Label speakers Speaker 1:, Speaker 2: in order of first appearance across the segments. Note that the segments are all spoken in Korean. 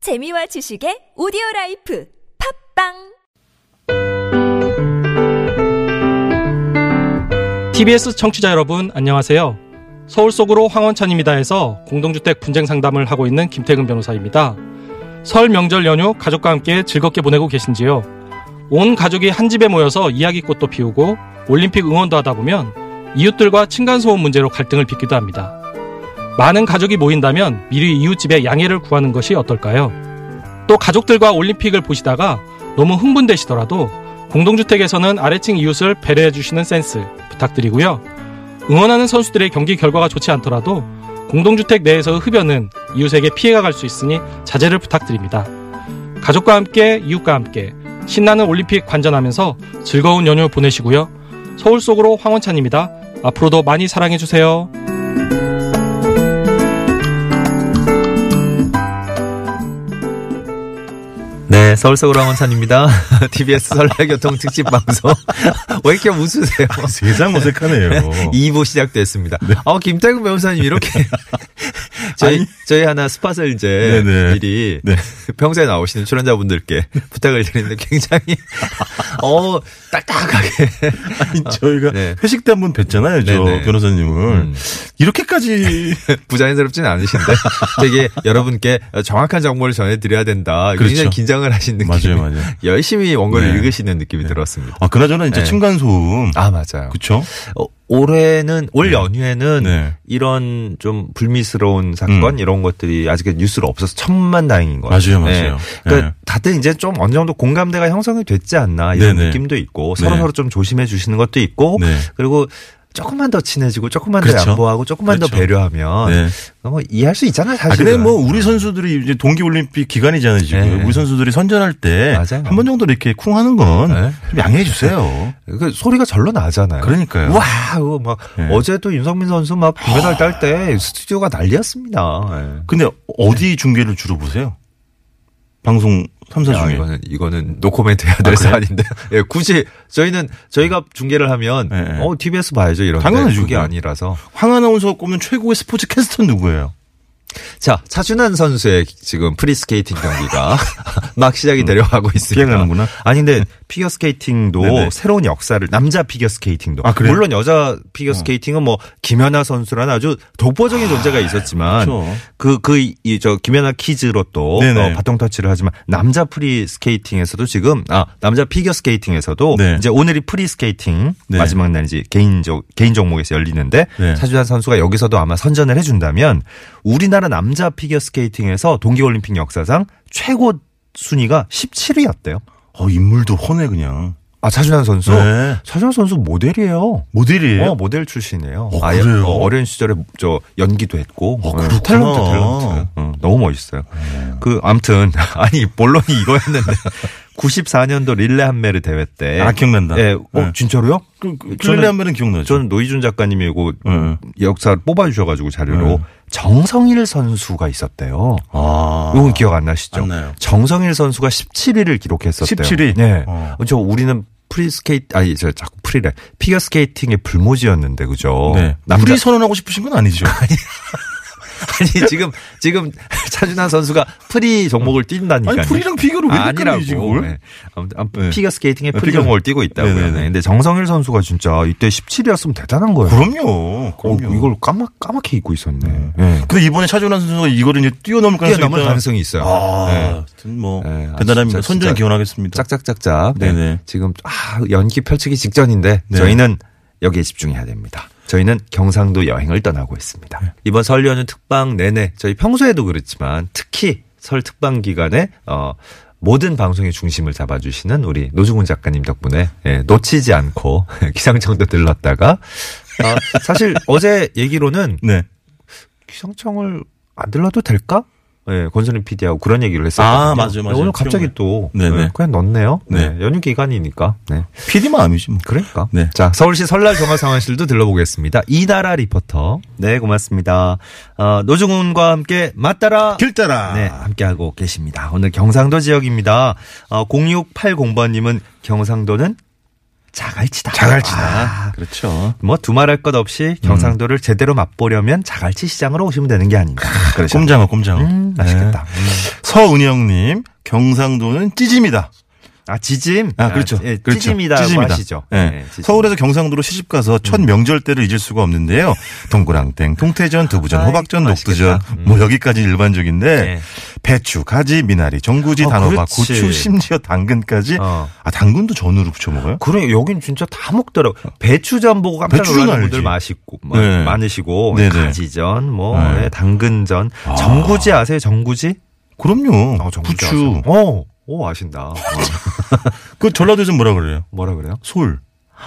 Speaker 1: 재미와 지식의 오디오 라이프 팝빵
Speaker 2: TBS 청취자 여러분 안녕하세요. 서울 속으로 황원찬입니다에서 공동주택 분쟁 상담을 하고 있는 김태근 변호사입니다. 설 명절 연휴 가족과 함께 즐겁게 보내고 계신지요? 온 가족이 한 집에 모여서 이야기꽃도 피우고 올림픽 응원도 하다 보면 이웃들과 층간소음 문제로 갈등을 빚기도 합니다. 많은 가족이 모인다면 미리 이웃집에 양해를 구하는 것이 어떨까요? 또 가족들과 올림픽을 보시다가 너무 흥분되시더라도 공동주택에서는 아래층 이웃을 배려해 주시는 센스 부탁드리고요. 응원하는 선수들의 경기 결과가 좋지 않더라도 공동주택 내에서 흡연은 이웃에게 피해가 갈 수 있으니 자제를 부탁드립니다. 가족과 함께 이웃과 함께 신나는 올림픽 관전하면서 즐거운 연휴 보내시고요. 서울 속으로 황원찬입니다. 앞으로도 많이 사랑해 주세요.
Speaker 3: 네, 서울 서울 왕원찬입니다. TBS 설날 교통 특집 방송. 왜 이렇게 웃으세요?
Speaker 4: 세상 어색하네요. 네.
Speaker 3: 2부 시작됐습니다. 아, 김태근 변호사님 이렇게 저희
Speaker 4: 아니.
Speaker 3: 저희 하나 스팟을 이제
Speaker 4: 네네.
Speaker 3: 미리
Speaker 4: 네.
Speaker 3: 평소에 나오시는 출연자분들께 부탁을 드리는데 굉장히 어 딱딱하게
Speaker 4: 아니, 저희가
Speaker 3: 네.
Speaker 4: 회식 때 한 번 뵀잖아요, 저
Speaker 3: 네네.
Speaker 4: 변호사님을.
Speaker 3: 음.
Speaker 4: 이렇게까지
Speaker 3: 부자연스럽지는 않으신데 되게 여러분께 정확한 정보를 전해드려야 된다. 굉장히
Speaker 4: 그렇죠.
Speaker 3: 긴장을 하신 느낌.
Speaker 4: 맞아요, 맞아요.
Speaker 3: 열심히 원고를
Speaker 4: 네.
Speaker 3: 읽으시는 느낌이 들었습니다.
Speaker 4: 아, 그나저나 이제
Speaker 3: 네.
Speaker 4: 층간소음.
Speaker 3: 아 맞아요.
Speaker 4: 그쵸?
Speaker 3: 어, 올해는 올 연휴에는
Speaker 4: 네.
Speaker 3: 이런 좀 불미스러운 사건
Speaker 4: 음.
Speaker 3: 이런 것들이 아직 뉴스로 없어서 천만 다행인 것 같아요.
Speaker 4: 맞아요, 맞아요.
Speaker 3: 그러니까
Speaker 4: 네.
Speaker 3: 다들 이제 좀 어느 정도 공감대가 형성이 됐지 않나 이런
Speaker 4: 네네.
Speaker 3: 느낌도 있고
Speaker 4: 네.
Speaker 3: 서로 서로 좀 조심해 주시는 것도 있고
Speaker 4: 네.
Speaker 3: 그리고 조금만 더 친해지고 조금만
Speaker 4: 그렇죠.
Speaker 3: 더 양보하고 조금만 더
Speaker 4: 그렇죠.
Speaker 3: 배려하면
Speaker 4: 네.
Speaker 3: 뭐 이해할 수 있잖아
Speaker 4: 아,
Speaker 3: 사실은.
Speaker 4: 근데 뭐 우리 선수들이 이제 동계올림픽 기간이잖아요, 지금.
Speaker 3: 네.
Speaker 4: 우리 선수들이 선전할 때 한
Speaker 3: 맞아요.
Speaker 4: 번 정도 이렇게 쿵 하는 건
Speaker 3: 네.
Speaker 4: 좀 양해해 주세요.
Speaker 3: 그 소리가 절로 나잖아요.
Speaker 4: 그러니까요.
Speaker 3: 와, 그거 막
Speaker 4: 네. 아.
Speaker 3: 어제도 윤성민 선수 막 금메달 딸 때 스튜디오가 난리였습니다. 네.
Speaker 4: 근데 어디 중계를 주로 보세요? 방송 3사
Speaker 3: 야,
Speaker 4: 중에.
Speaker 3: 아,
Speaker 4: 아,
Speaker 3: 이거는 이거는 노코멘트 해야 될
Speaker 4: 그래요?
Speaker 3: 사안인데 예, 굳이 저희는 저희가 중계를 하면
Speaker 4: 예, 예.
Speaker 3: 어 TBS 봐야죠 이런
Speaker 4: 당연하죠,
Speaker 3: 그게
Speaker 4: 그건.
Speaker 3: 아니라서
Speaker 4: 황 아나운서 꼽는 최고의 스포츠 캐스터는 누구예요?
Speaker 3: 자 차준환 선수의 지금 프리스케이팅 경기가 막
Speaker 4: 음.
Speaker 3: 시작이 되려고 있습니다.
Speaker 4: 비행하는구나. 네.
Speaker 3: 아니 근데 피겨 스케이팅도
Speaker 4: 네네.
Speaker 3: 새로운 역사를 남자 피겨 스케이팅도
Speaker 4: 아, 그래요? 어.
Speaker 3: 물론 여자 피겨 스케이팅은 뭐 김연아 선수라는 아주 독보적인 존재가 있었지만
Speaker 4: 그렇죠.
Speaker 3: 그그이저 김연아 키즈로 또 어,
Speaker 4: 네네.
Speaker 3: 바통 터치를 하지만 남자 프리 스케이팅에서도 지금 아 남자 피겨 스케이팅에서도
Speaker 4: 네.
Speaker 3: 이제 오늘이 프리 스케이팅
Speaker 4: 네.
Speaker 3: 마지막 날이지 개인적 개인 종목에서 열리는데
Speaker 4: 네.
Speaker 3: 차주환 선수가 여기서도 아마 선전을 해준다면 우리나라 남자 피겨 스케이팅에서 동계올림픽 역사상 최고 순위가 17위였대요.
Speaker 4: 어, 인물도 훤해, 그냥.
Speaker 3: 아 차준환 선수.
Speaker 4: 네.
Speaker 3: 차준환 선수 모델이에요.
Speaker 4: 모델이에요.
Speaker 3: 어 모델 출신이에요.
Speaker 4: 예. 어, 그래요?
Speaker 3: 어, 어린 시절에 저 연기도 했고
Speaker 4: 어,
Speaker 3: 어,
Speaker 4: 그렇구나.
Speaker 3: 탤런트 탤런트. 어, 너무 멋있어요. 그 암튼 아니 본론이 이거였는데 94년도 릴레 한메르 대회 때.
Speaker 4: 아, 기억난다.
Speaker 3: 예, 어
Speaker 4: 네.
Speaker 3: 진짜로요?
Speaker 4: 그, 그,
Speaker 3: 저는-
Speaker 4: 클레한 면은 기억나죠.
Speaker 3: 저는 노희준 작가님이 이거
Speaker 4: 예.
Speaker 3: 역사를 뽑아주셔가지고 자료로
Speaker 4: 네.
Speaker 3: 정성일 선수가 있었대요.
Speaker 4: 아.
Speaker 3: 이건 기억 안 나시죠?
Speaker 4: 안 나요.
Speaker 3: 정성일 선수가 17위를 기록했었대요.
Speaker 4: 17위?
Speaker 3: 네.
Speaker 4: 어.
Speaker 3: 저 우리는 프리스케이트, 아니, 저 자꾸 프리래. 피겨스케이팅의 불모지였는데, 그죠?
Speaker 4: 네.
Speaker 3: 남자.
Speaker 4: 프리 선언하고 싶으신 건 아니죠.
Speaker 3: 아니, 지금, 지금 차준하 선수가 프리 종목을 뛴다니까요.
Speaker 4: 아니, 프리랑 피겨를 왜 헷갈리지,
Speaker 3: 아니라고.
Speaker 4: 그걸?
Speaker 3: 네. 아무튼, 아,
Speaker 4: 네.
Speaker 3: 피겨스케이팅의 프리
Speaker 4: 피겨-
Speaker 3: 종목을 뛰고 있다고요.
Speaker 4: 네네네.
Speaker 3: 네. 근데 정성일 선수가 진짜 이때 17위였으면 대단한 거예요.
Speaker 4: 그럼요. 그럼요.
Speaker 3: 어, 이걸 까마, 까맣게 잊고 있었네.
Speaker 4: 네.
Speaker 3: 네.
Speaker 4: 근데 이번에 차준환 선수가 이거를 이제 뛰어넘을 가능성이
Speaker 3: 뛰어넘을
Speaker 4: 있다.
Speaker 3: 가능성이 있어요.
Speaker 4: 아,
Speaker 3: 네.
Speaker 4: 하여튼 뭐
Speaker 3: 네, 아,
Speaker 4: 대단합니다.
Speaker 3: 진짜,
Speaker 4: 선전을
Speaker 3: 진짜.
Speaker 4: 기원하겠습니다.
Speaker 3: 짝짝짝짝. 네.
Speaker 4: 네네.
Speaker 3: 지금 아, 연기 펼치기 직전인데
Speaker 4: 네.
Speaker 3: 저희는 여기에 집중해야 됩니다. 저희는 경상도 여행을 떠나고 있습니다.
Speaker 4: 네.
Speaker 3: 이번 설 연휴 특방 내내 저희 평소에도 그렇지만 특히 설 특방 기간에 어 모든 방송의 중심을 잡아주시는 우리 노중훈 작가님 덕분에 예, 놓치지 않고 기상청도 들렀다가 아, 사실 어제 얘기로는
Speaker 4: 네.
Speaker 3: 기상청을 안 들러도 될까? 예, 권선희 PD하고 그런 얘기를 했었거든요.
Speaker 4: 아, 맞아요, 맞아요.
Speaker 3: 오늘 갑자기
Speaker 4: 기억나요.
Speaker 3: 또
Speaker 4: 네네.
Speaker 3: 예, 그냥 넣네요.
Speaker 4: 네.
Speaker 3: 네, 연휴 기간이니까. 네.
Speaker 4: PD 마음이지 뭐.
Speaker 3: 그러니까.
Speaker 4: 네.
Speaker 3: 자, 서울시 설날 경화 상황실도 들러보겠습니다. 이나라 리포터. 네, 고맙습니다. 어, 노중훈과 함께 맞따라
Speaker 4: 길따라. 아.
Speaker 3: 네, 함께하고 계십니다. 오늘 경상도 지역입니다. 어, 0680번님은 경상도는 자갈치다.
Speaker 4: 자갈치다.
Speaker 3: 아,
Speaker 4: 그렇죠.
Speaker 3: 뭐 두말할 것
Speaker 4: 음.
Speaker 3: 없이 경상도를 제대로 맛보려면 자갈치 시장으로 오시면 되는 게 아닌가. 그러죠.
Speaker 4: 꼼장어, 꼼장어. 네.
Speaker 3: 음, 맛있겠다. 음.
Speaker 4: 서은영님, 경상도는 찌짐이다.
Speaker 3: 아 지짐.
Speaker 4: 아, 그렇죠.
Speaker 3: 예,
Speaker 4: 그렇죠.
Speaker 3: 찌짐이라고
Speaker 4: 찌짐이다.
Speaker 3: 하시죠.
Speaker 4: 예.
Speaker 3: 예, 음. 찌짐.
Speaker 4: 서울에서 경상도로 시집 가서 첫 명절 때를 잊을 수가 없는데요. 동그랑땡, 통태전, 두부전,
Speaker 3: 아이,
Speaker 4: 호박전,
Speaker 3: 맛있겠다. 음.
Speaker 4: 녹두전. 뭐 여기까지 일반적인데
Speaker 3: 예.
Speaker 4: 배추, 가지, 미나리, 전구지,
Speaker 3: 어,
Speaker 4: 단호박,
Speaker 3: 그렇지.
Speaker 4: 고추, 심지어 당근까지.
Speaker 3: 어.
Speaker 4: 아 당근도 전으로 부쳐 먹어요?
Speaker 3: 그래 여긴 진짜 다 먹더라고. 어. 배추전 보고 깜짝
Speaker 4: 배추전
Speaker 3: 놀라는
Speaker 4: 알지.
Speaker 3: 분들 맛있고 마-
Speaker 4: 네.
Speaker 3: 많으시고
Speaker 4: 네네.
Speaker 3: 가지전, 뭐
Speaker 4: 네.
Speaker 3: 예, 당근전, 정구지 아세요? 정구지?
Speaker 4: 그럼요.
Speaker 3: 어, 정구지
Speaker 4: 부추.
Speaker 3: 아세요? 어, 오 아신다. 어,
Speaker 4: 그 전라도에서 뭐라 그래요?
Speaker 3: 뭐라 그래요?
Speaker 4: 솔.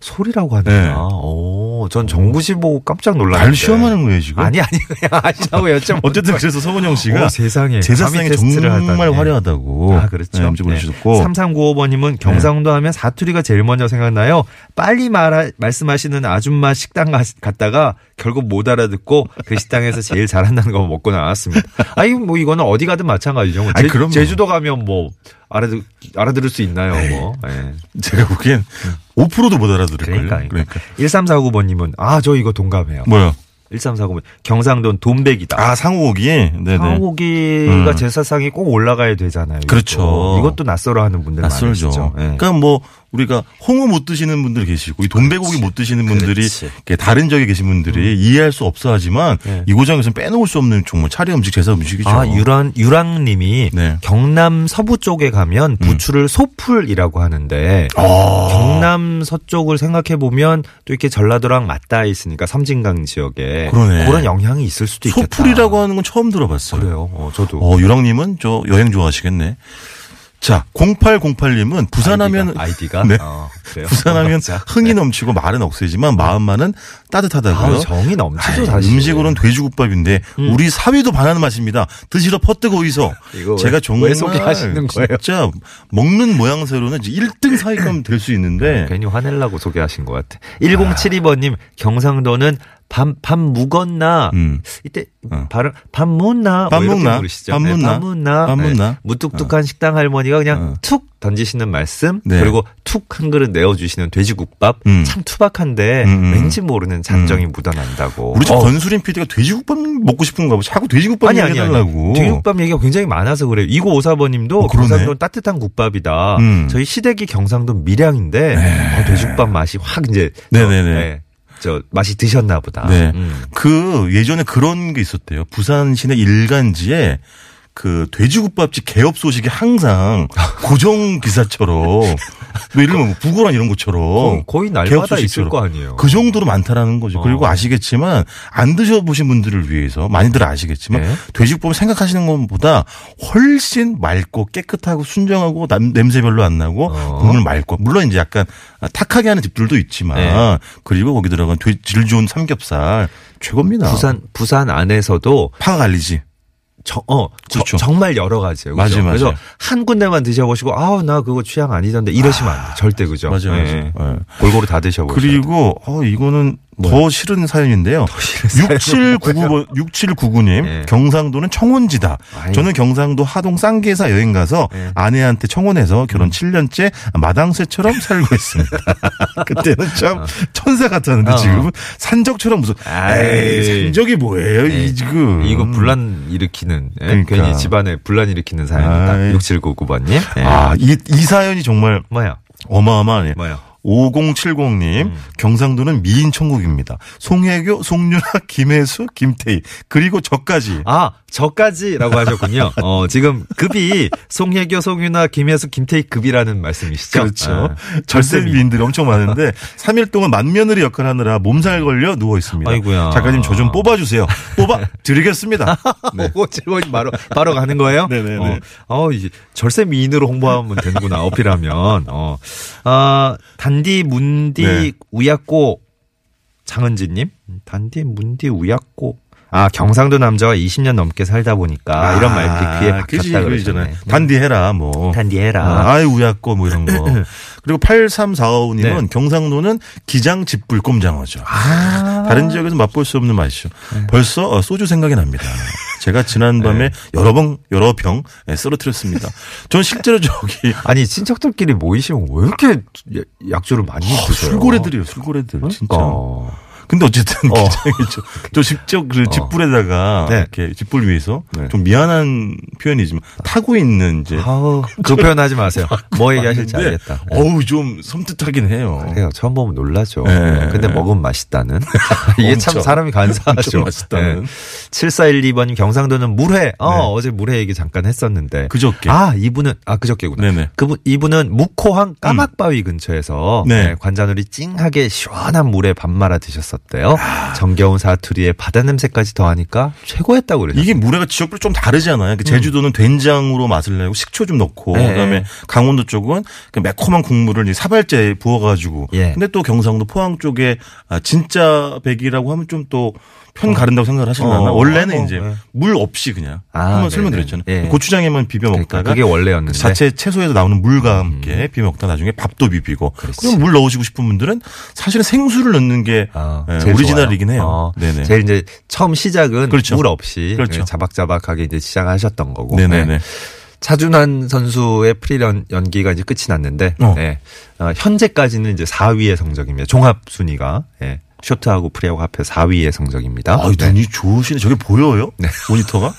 Speaker 3: 소리라고 하네요.
Speaker 4: 네.
Speaker 3: 오, 전 정구지 보고 깜짝 놀랐는데.
Speaker 4: 날 시험하는 거예요 지금?
Speaker 3: 아니 아니 그냥 아시라고 여쭤.
Speaker 4: 어쨌든 그래서 서문영 씨가
Speaker 3: 어, 세상에 감히
Speaker 4: 제사상에
Speaker 3: 테스트를
Speaker 4: 정말
Speaker 3: 하다니.
Speaker 4: 화려하다고.
Speaker 3: 아, 그렇죠.
Speaker 4: 네, 문제 보내주셨고. 네.
Speaker 3: 3395번님은 경상도 하면 사투리가 제일 먼저 생각나요. 빨리 말 말씀하시는 아줌마 식당 가- 갔다가 결국 못 알아듣고 그 식당에서 제일 잘한다는 거 먹고 나왔습니다. 아니, 뭐 이거는 어디 가든 마찬가지죠. 뭐
Speaker 4: 아니,
Speaker 3: 제,
Speaker 4: 그럼요.
Speaker 3: 제주도 가면 뭐 알아듣, 알아들을 수 있나요? 뭐. 예.
Speaker 4: 제가 보기엔 5%도 못 알아들을걸요.
Speaker 3: 그러니까, 그러니까. 1349번님은 아, 저 이거 동감해요.
Speaker 4: 뭐야?
Speaker 3: 1349번. 경상도는 돈백이다.
Speaker 4: 아 상호오기. 네네.
Speaker 3: 상호기가
Speaker 4: 음.
Speaker 3: 제사상이 꼭 올라가야 되잖아요.
Speaker 4: 그렇죠.
Speaker 3: 이것도. 이것도 낯설어하는 분들
Speaker 4: 낯설죠.
Speaker 3: 많으시죠. 예.
Speaker 4: 아, 그러니까 뭐 우리가 홍어 못 드시는 분들 계시고 이 돈배고기 못 드시는 분들이
Speaker 3: 그렇지. 음.
Speaker 4: 이렇게 다른 지역에 계신 분들이 이해할 수 없어 하지만
Speaker 3: 네.
Speaker 4: 이 고장에서는 빼놓을 수 없는 정말 차례 음식 제사 음식이죠.
Speaker 3: 아, 유랑, 유랑님이
Speaker 4: 네. 음.
Speaker 3: 경남 서부 쪽에 가면 부추를 소풀이라고 하는데
Speaker 4: 아.
Speaker 3: 경남 서쪽을 생각해 보면 또 이렇게 전라도랑 맞닿아 있으니까 섬진강 지역에
Speaker 4: 그러네.
Speaker 3: 런 영향이 있을 수도 있겠다.
Speaker 4: 소풀이라고 하는 건 처음 들어봤어요.
Speaker 3: 그래요. 어, 저도
Speaker 4: 어, 유랑님은 저 여행 좋아하시겠네. 자, 0808님은 부산하면
Speaker 3: 아이디가, 아이디가?
Speaker 4: 네.
Speaker 3: 어, 그래요.
Speaker 4: 부산하면
Speaker 3: 자, 네.
Speaker 4: 흥이 넘치고 말은 억세지만 마음만은 따뜻하다고요.
Speaker 3: 아, 정이 넘치죠
Speaker 4: 아이,
Speaker 3: 사실. 음.
Speaker 4: 음식으로는 돼지국밥인데 우리 사위도 반하는 맛입니다. 드시러 퍼뜨고 이소.
Speaker 3: 이거 왜-
Speaker 4: 제가 정말
Speaker 3: 왜 소개하시는 거예요?
Speaker 4: 진짜 먹는 모양새로는 1등 사위감 될 수 있는데
Speaker 3: 괜히 화내려고 소개하신 것 같아. 1072번님 경상도는 밥, 밥 묵었나?
Speaker 4: 아. 음.
Speaker 3: 이때
Speaker 4: 어.
Speaker 3: 발음 밥 묵나?
Speaker 4: 밥
Speaker 3: 뭐 이렇게
Speaker 4: 묵나?
Speaker 3: 부르시죠.
Speaker 4: 밥
Speaker 3: 네,
Speaker 4: 묵나?
Speaker 3: 밥 묵나?
Speaker 4: 밥
Speaker 3: 네.
Speaker 4: 묵나?
Speaker 3: 무뚝뚝한 식당 할머니가 그냥
Speaker 4: 어.
Speaker 3: 툭 던지시는 말씀
Speaker 4: 네.
Speaker 3: 그리고 툭 한 그릇 내어주시는 돼지국밥
Speaker 4: 음.
Speaker 3: 참 투박한데
Speaker 4: 음, 음.
Speaker 3: 왠지 모르는 잔정이 묻어난다고.
Speaker 4: 우리 집
Speaker 3: 어.
Speaker 4: 권수림 PD가 돼지국밥 먹고 싶은가 봐. 자꾸 돼지국밥
Speaker 3: 아니 아니
Speaker 4: 얘기해달라고.
Speaker 3: 아니. 돼지국밥 얘기가 굉장히 많아서 그래요. 2954번님도
Speaker 4: 어, 그러네.
Speaker 3: 경상도 는 따뜻한 국밥이다.
Speaker 4: 음. 네.
Speaker 3: 저희 시댁이 경상도 밀양인데 어, 돼지국밥 맛이 확 이제 저,
Speaker 4: 네네네.
Speaker 3: 네, 저 맛이 드셨나 보다.
Speaker 4: 네.
Speaker 3: 음.
Speaker 4: 그 예전에 그런 게 있었대요. 부산 시내 일간지에 그 돼지국밥집 개업 소식이 항상 고정 기사처럼 뭐 예를 들면 부고란 이런 것처럼
Speaker 3: 거- 거의
Speaker 4: 어, 개업
Speaker 3: 날마다 있을
Speaker 4: 소식처럼
Speaker 3: 거 아니에요.
Speaker 4: 그 정도로 많다라는 거죠.
Speaker 3: 어.
Speaker 4: 그리고 아시겠지만 안 드셔보신 분들을 위해서 많이들 아시겠지만
Speaker 3: 네.
Speaker 4: 돼지국밥 생각하시는 것보다 훨씬 맑고 깨끗하고 순정하고 남- 냄새 별로 안 나고
Speaker 3: 어.
Speaker 4: 국물 맑고 물론 이제 약간 탁하게 하는 집들도 있지만
Speaker 3: 네.
Speaker 4: 그리고 거기 들어간 돼- 질 좋은 삼겹살 최고입니다.
Speaker 3: 부산 부산 안에서도
Speaker 4: 파가 갈리지.
Speaker 3: 저, 어, 저-
Speaker 4: 그렇죠.
Speaker 3: 정말 여러 가지예요. 그죠?
Speaker 4: 맞아요, 맞아요.
Speaker 3: 그래서 한 군데만 드셔보시고 아우 나 그거 취향 아니던데 이러시면 안 돼. 절대 그죠.
Speaker 4: 맞아요.
Speaker 3: 예.
Speaker 4: 맞아요. 예.
Speaker 3: 골고루 다 드셔보세요.
Speaker 4: 그리고 어 이거는 더 싫은 사연인데요. 6799번 6799님
Speaker 3: 예.
Speaker 4: 경상도는 청혼지다.
Speaker 3: 아이.
Speaker 4: 저는 경상도 하동 쌍계사 여행 가서
Speaker 3: 예. 음.
Speaker 4: 아내한테 청혼해서 결혼 7년째 마당새처럼 살고 있습니다. 그때는 참 천사 같았는데
Speaker 3: 어.
Speaker 4: 지금은 산적처럼 무슨 에이,
Speaker 3: 아이.
Speaker 4: 산적이 뭐예요 이
Speaker 3: 에이,
Speaker 4: 지금
Speaker 3: 이거 분란 일으키는 예?
Speaker 4: 음. 그러니까.
Speaker 3: 괜히 집안에 분란 일으키는 사연이다.
Speaker 4: 아이.
Speaker 3: 6799번님. 예.
Speaker 4: 아이 이 사연이 정말
Speaker 3: 뭐야?
Speaker 4: 어마어마하네요.
Speaker 3: 뭐야?
Speaker 4: 5070님,
Speaker 3: 음.
Speaker 4: 경상도는 미인 천국입니다. 송혜교, 송윤아, 김혜수, 김태희, 그리고 저까지.
Speaker 3: 아, 저까지라고 하셨군요. 어, 지금 급이 송혜교, 송윤아, 김혜수, 김태희 급이라는 말씀이시죠?
Speaker 4: 그렇죠.
Speaker 3: 아.
Speaker 4: 절세 미인들이 엄청 많은데, 3일 동안 만며느리 역할을 하느라 몸살 걸려 누워 있습니다.
Speaker 3: 아이고야.
Speaker 4: 작가님 저 좀 뽑아주세요. 뽑아 드리겠습니다. 네.
Speaker 3: 오, 즐거운 바로 바로 가는 거예요?
Speaker 4: 네네네.
Speaker 3: 어, 어, 이제 절세 미인으로 홍보하면 되는구나 어필하면. 어, 아 단디 문디
Speaker 4: 네.
Speaker 3: 우야꼬 장은지님 단디 문디 우야꼬. 아 경상도 남자가 20년 넘게 살다 보니까 아, 이런 말들이 귀에
Speaker 4: 아, 그지,
Speaker 3: 박혔다
Speaker 4: 그러잖아요.
Speaker 3: 그러잖아요.
Speaker 4: 단디해라, 뭐.
Speaker 3: 단디 해라.
Speaker 4: 아, 아이, 우야꼬, 뭐 이런 거. 그리고 8345님은
Speaker 3: 네.
Speaker 4: 경상도는 기장 집굴꼼장어죠.
Speaker 3: 아.
Speaker 4: 다른 지역에서 맛볼 수 없는 맛이죠.
Speaker 3: 네.
Speaker 4: 벌써 어, 소주 생각이 납니다. 제가 지난밤에 여러 번 여러 병 예, 쓰러뜨렸습니다. 전 실제로 저기
Speaker 3: 아니 친척들끼리 모이시면 왜 이렇게 야- 약주를 많이 드세요?
Speaker 4: 아, 술고래들이요, 술고래들 진짜.
Speaker 3: 그러니까.
Speaker 4: 근데
Speaker 3: 어.
Speaker 4: 어쨌든 기장이죠. 저 직접 그 집불에다가
Speaker 3: 네.
Speaker 4: 이렇게 집불 위에서
Speaker 3: 네. 아.
Speaker 4: 좀 미안한 표현이지만 타고 있는 이제
Speaker 3: 아우, 그 표현하지 마세요. 뭐 얘기하실지
Speaker 4: 봤는데
Speaker 3: 알겠다. 네.
Speaker 4: 어우 좀 섬뜩하긴 해요.
Speaker 3: 그래요. 처음 보면 놀라죠.
Speaker 4: 네.
Speaker 3: 근데 먹으면 맛있다는. 이게 참
Speaker 4: 엄청,
Speaker 3: 사람이
Speaker 4: 엄청
Speaker 3: 간사하죠.
Speaker 4: 맛있다는.
Speaker 3: 7412번 경상도는 물회. 어,
Speaker 4: 네.
Speaker 3: 어제 물회 얘기 잠깐 했었는데.
Speaker 4: 그저께.
Speaker 3: 아, 이분은, 아, 그저께구나.
Speaker 4: 네네. 음.
Speaker 3: 그분, 이분은 묵호항 까막바위 근처에서
Speaker 4: 네.
Speaker 3: 네, 관자놀이 찡하게 시원한 물에 밥 말아 드셨었대요. 정겨운 사투리에 바다 냄새까지 더하니까 최고였다고 음. 그러죠.
Speaker 4: 이게 물회가 지역별로 좀 다르잖아요. 그 제주도는 된장으로 맛을 내고 식초 좀 넣고
Speaker 3: 네.
Speaker 4: 그다음에 강원도 쪽은 그 매콤한 국물을 이 사발제에 부어가지고.
Speaker 3: 예.
Speaker 4: 근데 또 경상도 포항 쪽에 아, 진짜 백이라고 하면 좀 또 편 가른다고 생각을 하시려나
Speaker 3: 어.
Speaker 4: 원래는
Speaker 3: 어,
Speaker 4: 이제
Speaker 3: 네.
Speaker 4: 물 없이 그냥
Speaker 3: 아,
Speaker 4: 한번 설명드렸잖아요.
Speaker 3: 네네. 예.
Speaker 4: 고추장에만 비벼
Speaker 3: 그러니까
Speaker 4: 먹다가
Speaker 3: 그게 원래였는데. 음.
Speaker 4: 자체 채소에서 나오는 물과 함께 비벼 먹다 나중에 밥도 비비고
Speaker 3: 그렇지.
Speaker 4: 그럼 물 넣으시고 싶은 분들은 사실은 생수를 넣는 게
Speaker 3: 아,
Speaker 4: 예,
Speaker 3: 제일
Speaker 4: 오리지널이긴
Speaker 3: 좋아요.
Speaker 4: 해요.
Speaker 3: 어,
Speaker 4: 네네.
Speaker 3: 제일 이제 처음 시작은
Speaker 4: 그렇죠.
Speaker 3: 물 없이 네,
Speaker 4: 그렇죠.
Speaker 3: 자박자박하게 이제 시작하셨던 거고.
Speaker 4: 네네네.
Speaker 3: 네. 차준환 선수의 프리 연- 연기가 이제 끝이 났는데
Speaker 4: 어.
Speaker 3: 예. 어, 현재까지는 이제 4위의 성적입니다. 종합 순위가 예. 쇼트하고 프리하고 합해 4위의 성적입니다.
Speaker 4: 아,
Speaker 3: 네.
Speaker 4: 눈이 좋으시네. 저게 보여요? 모니터가?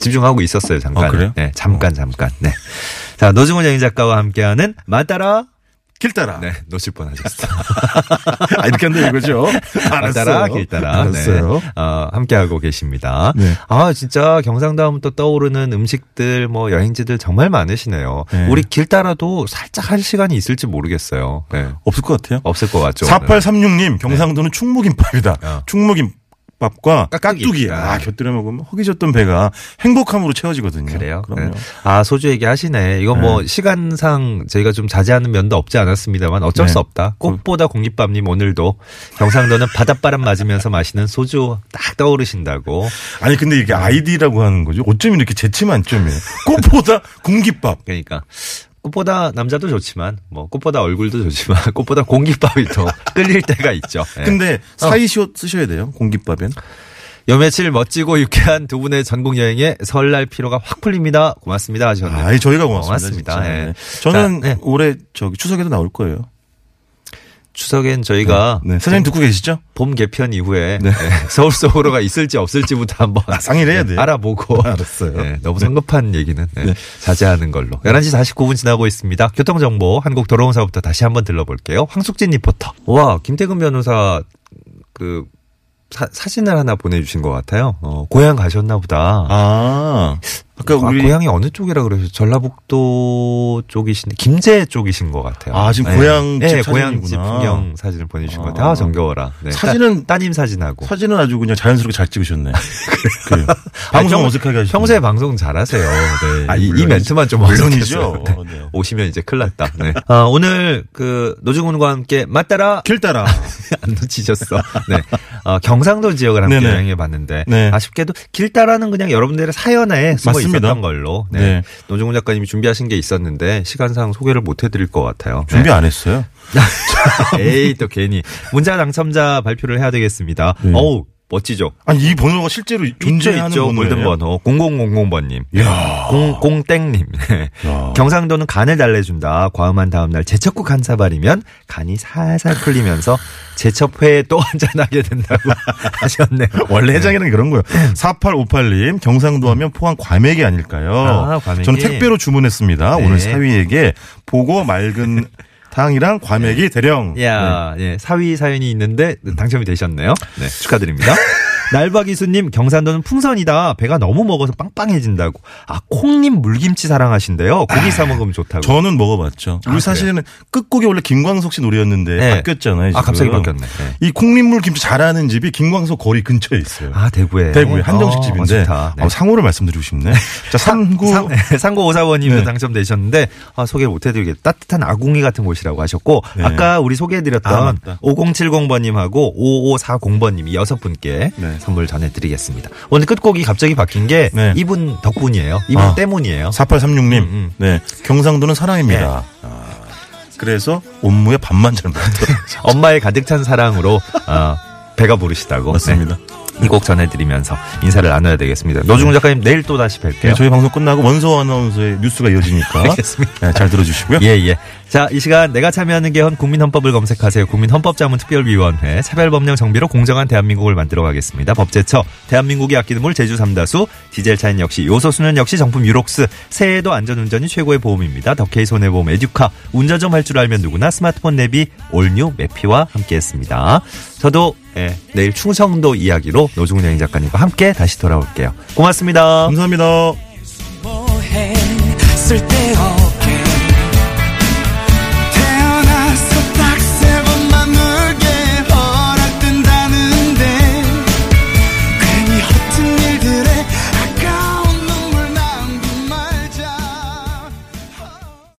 Speaker 3: 집중하고 있었어요 잠깐.
Speaker 4: 아, 그래요?
Speaker 3: 네, 잠깐 잠깐. 네. 자 노중훈 여행 작가와 함께하는 맞따라.
Speaker 4: 길따라.
Speaker 3: 네, 놓칠 뻔하셨어요.
Speaker 4: 아, 이렇게 한다 이거죠.
Speaker 3: 따라 아, 길따라
Speaker 4: 알았어요.
Speaker 3: 네. 어, 함께하고 계십니다.
Speaker 4: 네.
Speaker 3: 아 진짜 경상도 하면 또 떠오르는 음식들 뭐 여행지들 정말 많으시네요.
Speaker 4: 네.
Speaker 3: 우리 길따라도 살짝 할 시간이 있을지 모르겠어요. 네.
Speaker 4: 없을 것 같아요.
Speaker 3: 없을 것 같죠. 오늘.
Speaker 4: 4836님, 경상도는 충무김밥이다.
Speaker 3: 어.
Speaker 4: 충무김밥과
Speaker 3: 깍깍이.
Speaker 4: 네. 깍두기야.
Speaker 3: 아.
Speaker 4: 아, 곁들여 먹으면 허기졌던 배가 행복함으로 채워지거든요.
Speaker 3: 그래요. 네.
Speaker 4: 그럼요.
Speaker 3: 아 소주 얘기하시네. 이건 뭐 시간상 저희가 좀 자제하는 면도 없지 않았습니다만 어쩔
Speaker 4: 네.
Speaker 3: 수 없다. 꽃보다 공깃밥님 오늘도 경상도는 바닷바람 맞으면서 마시는 소주 딱 떠오르신다고.
Speaker 4: 아니, 근데 이게 아이디라고 하는 거죠. 어쩜 이렇게 재치만 점이에요. 꽃보다 공깃밥.
Speaker 3: 그러니까 꽃보다 남자도 좋지만 뭐 꽃보다 얼굴도 좋지만 꽃보다 공깃밥이 더 끌릴 때가 있죠. 예.
Speaker 4: 근데 사이시옷 쓰셔야 돼요. 공깃밥엔.
Speaker 3: 요 며칠 멋지고 유쾌한 두 분의 전국 여행에 설날 피로가 확 풀립니다. 고맙습니다 하셨는데.
Speaker 4: 아, 예, 저희가
Speaker 3: 고맙습니다.
Speaker 4: 고맙습니다. 진짜.
Speaker 3: 예.
Speaker 4: 네. 저는
Speaker 3: 자, 네.
Speaker 4: 올해 저기 추석에도 나올 거예요.
Speaker 3: 추석엔 저희가
Speaker 4: 네. 선생님 듣고 계시죠?
Speaker 3: 봄 개편 이후에 예, 서울 소호로가 있을지 없을지부터 한번 네,
Speaker 4: 상의를 해야 돼요.
Speaker 3: 알아보고
Speaker 4: 알았어요.
Speaker 3: 예, 너무 성급한 얘기는 예, 자제하는 걸로. 11시 49분 지나고 있습니다. 교통 정보 한국 도로공사부터 다시 한번 들러볼게요. 황숙진 리포터. 와 김태근 변호사 그 사, 사진을 하나 보내주신 것 같아요. 어, 고향 가셨나 보다.
Speaker 4: 아. 아까
Speaker 3: 아,
Speaker 4: 우리
Speaker 3: 고향이 어느 쪽이라 그러셨죠? 전라북도 쪽이신 김제 쪽이신 것 같아요.
Speaker 4: 아, 지금 고향
Speaker 3: 네,
Speaker 4: 집
Speaker 3: 고향 집
Speaker 4: 사진이구나.
Speaker 3: 풍경 사진을 보내주신 것
Speaker 4: 아.
Speaker 3: 같아요. 아, 정겨워라. 네,
Speaker 4: 사진은-
Speaker 3: 따, 님 사진하고
Speaker 4: 사진은 아주 그냥 자연스럽게 잘 찍으셨네. 그래요.
Speaker 3: 아니,
Speaker 4: 방송
Speaker 3: 평-
Speaker 4: 어색하게 하시죠.
Speaker 3: 평소에 방송 잘하세요. 네.
Speaker 4: 아,
Speaker 3: 이, 이
Speaker 4: 물론이죠.
Speaker 3: 멘트만 좀
Speaker 4: 물론이죠.
Speaker 3: 어색했어요. 네.
Speaker 4: 네.
Speaker 3: 오시면 이제 큰일 났다. 네. 아, 오늘 그 노중훈과 함께 맞따라
Speaker 4: 길 따라.
Speaker 3: 안 놓치셨어. 네. 어, 경상도 지역을 함께
Speaker 4: 네네.
Speaker 3: 여행해 봤는데
Speaker 4: 네.
Speaker 3: 아쉽게도 길따라는 그냥 여러분들의 사연에 숨어
Speaker 4: 맞습니다.
Speaker 3: 있었던 걸로. 네.
Speaker 4: 네.
Speaker 3: 노종훈 작가님이 준비하신 게 있었는데 시간상 소개를 못 해드릴 것 같아요. 네.
Speaker 4: 준비 안 했어요.
Speaker 3: 에이 또 괜히 문자 당첨자 발표를 해야 되겠습니다.
Speaker 4: 네.
Speaker 3: 어우 멋지죠.
Speaker 4: 아니 이 번호가 실제로 존재하는
Speaker 3: 있죠,
Speaker 4: 번호예요.
Speaker 3: 골든 번호 0000번님,
Speaker 4: 이야.
Speaker 3: 공공땡님.
Speaker 4: 야.
Speaker 3: 경상도는 간을 달래준다. 과음한 다음날 제첩국 한 사발이면 간이 살살 풀리면서 제첩회에 또 한잔하게 된다고 하셨네요.
Speaker 4: 원래 해장이라는 게 그런 거예요.
Speaker 3: 네.
Speaker 4: 4858님, 경상도 하면 포항 과메기 아닐까요?
Speaker 3: 아, 과메기.
Speaker 4: 저는 택배로 주문했습니다.
Speaker 3: 네.
Speaker 4: 오늘 사위에게 보고 맑은 탕이랑 과메기 대령.
Speaker 3: 네. 야,
Speaker 4: 네.
Speaker 3: 예, 사위 사연이 있는데 당첨이 되셨네요. 네, 축하드립니다. 날바기수님, 경산도는 풍선이다. 배가 너무 먹어서 빵빵해진다고. 아, 콩님 물김치 사랑하신대요. 고기 사 먹으면 좋다고.
Speaker 4: 아, 저는 먹어봤죠. 우리 사실은 끝곡이 원래 김광석 씨 노래였는데
Speaker 3: 아, 네.
Speaker 4: 바뀌었잖아요.
Speaker 3: 아, 갑자기
Speaker 4: 지금.
Speaker 3: 바뀌었네. 네.
Speaker 4: 이 콩민물 김치 잘하는 집이 김광석 거리 근처에 있어요.
Speaker 3: 아, 대구에.
Speaker 4: 대구의 한정식 집인데
Speaker 3: 어, 좋다. 네.
Speaker 4: 아, 상호를 말씀드리고 싶네. 자, 삼구
Speaker 3: 상- 상고 네, 오사원님도
Speaker 4: 네.
Speaker 3: 당첨되셨는데 아, 소개 못해드리겠 따뜻한 아궁이 같은 곳이라고 하셨고
Speaker 4: 네.
Speaker 3: 아까 우리 소개해드렸던
Speaker 4: 아, 맞다.
Speaker 3: 5070번님하고 5540번님이 여섯 분께
Speaker 4: 네.
Speaker 3: 선물 전해드리겠습니다. 오늘 끝곡이 갑자기 바뀐 게
Speaker 4: 네.
Speaker 3: 이분 덕분이에요. 이분
Speaker 4: 아.
Speaker 3: 때문이에요.
Speaker 4: 4836님.
Speaker 3: 음.
Speaker 4: 네. 경상도는 사랑입니다. 그래서 온무에 밥만 잘
Speaker 3: 네.
Speaker 4: 먹더라고요.
Speaker 3: 엄마의 가득 찬 사랑으로 어, 배가 부르시다고. 네.
Speaker 4: 맞습니다.
Speaker 3: 이 곡 전해드리면서 인사를 나눠야 되겠습니다. 노중훈 작가님 내일 또 다시 뵐게요.
Speaker 4: 네, 저희 방송 끝나고 원서 아나운서의 뉴스가 이어지니까
Speaker 3: 알겠습니다.
Speaker 4: 네, 잘 들어주시고요.
Speaker 3: 예, 예. 자, 이 시간 내가 참여하는 개헌 국민헌법을 검색하세요. 국민헌법자문특별위원회 차별법령 정비로 공정한 대한민국을 만들어 가겠습니다. 법제처, 대한민국이 아끼는 물 제주 삼다수 디젤 차인 역시, 요소수는 역시 정품 유록스, 새해에도 안전운전이 최고의 보험입니다. 덕케이 손해보험 에듀카, 운전 좀 할 줄 알면 누구나 스마트폰 내비 올뉴 매피와 함께했습니다. 저도 예, 내일 충성도 이야기로 노중훈 여행 작가님과 함께 다시 돌아올게요. 고맙습니다.
Speaker 4: 감사합니다.
Speaker 5: 뭐해 쓸데없는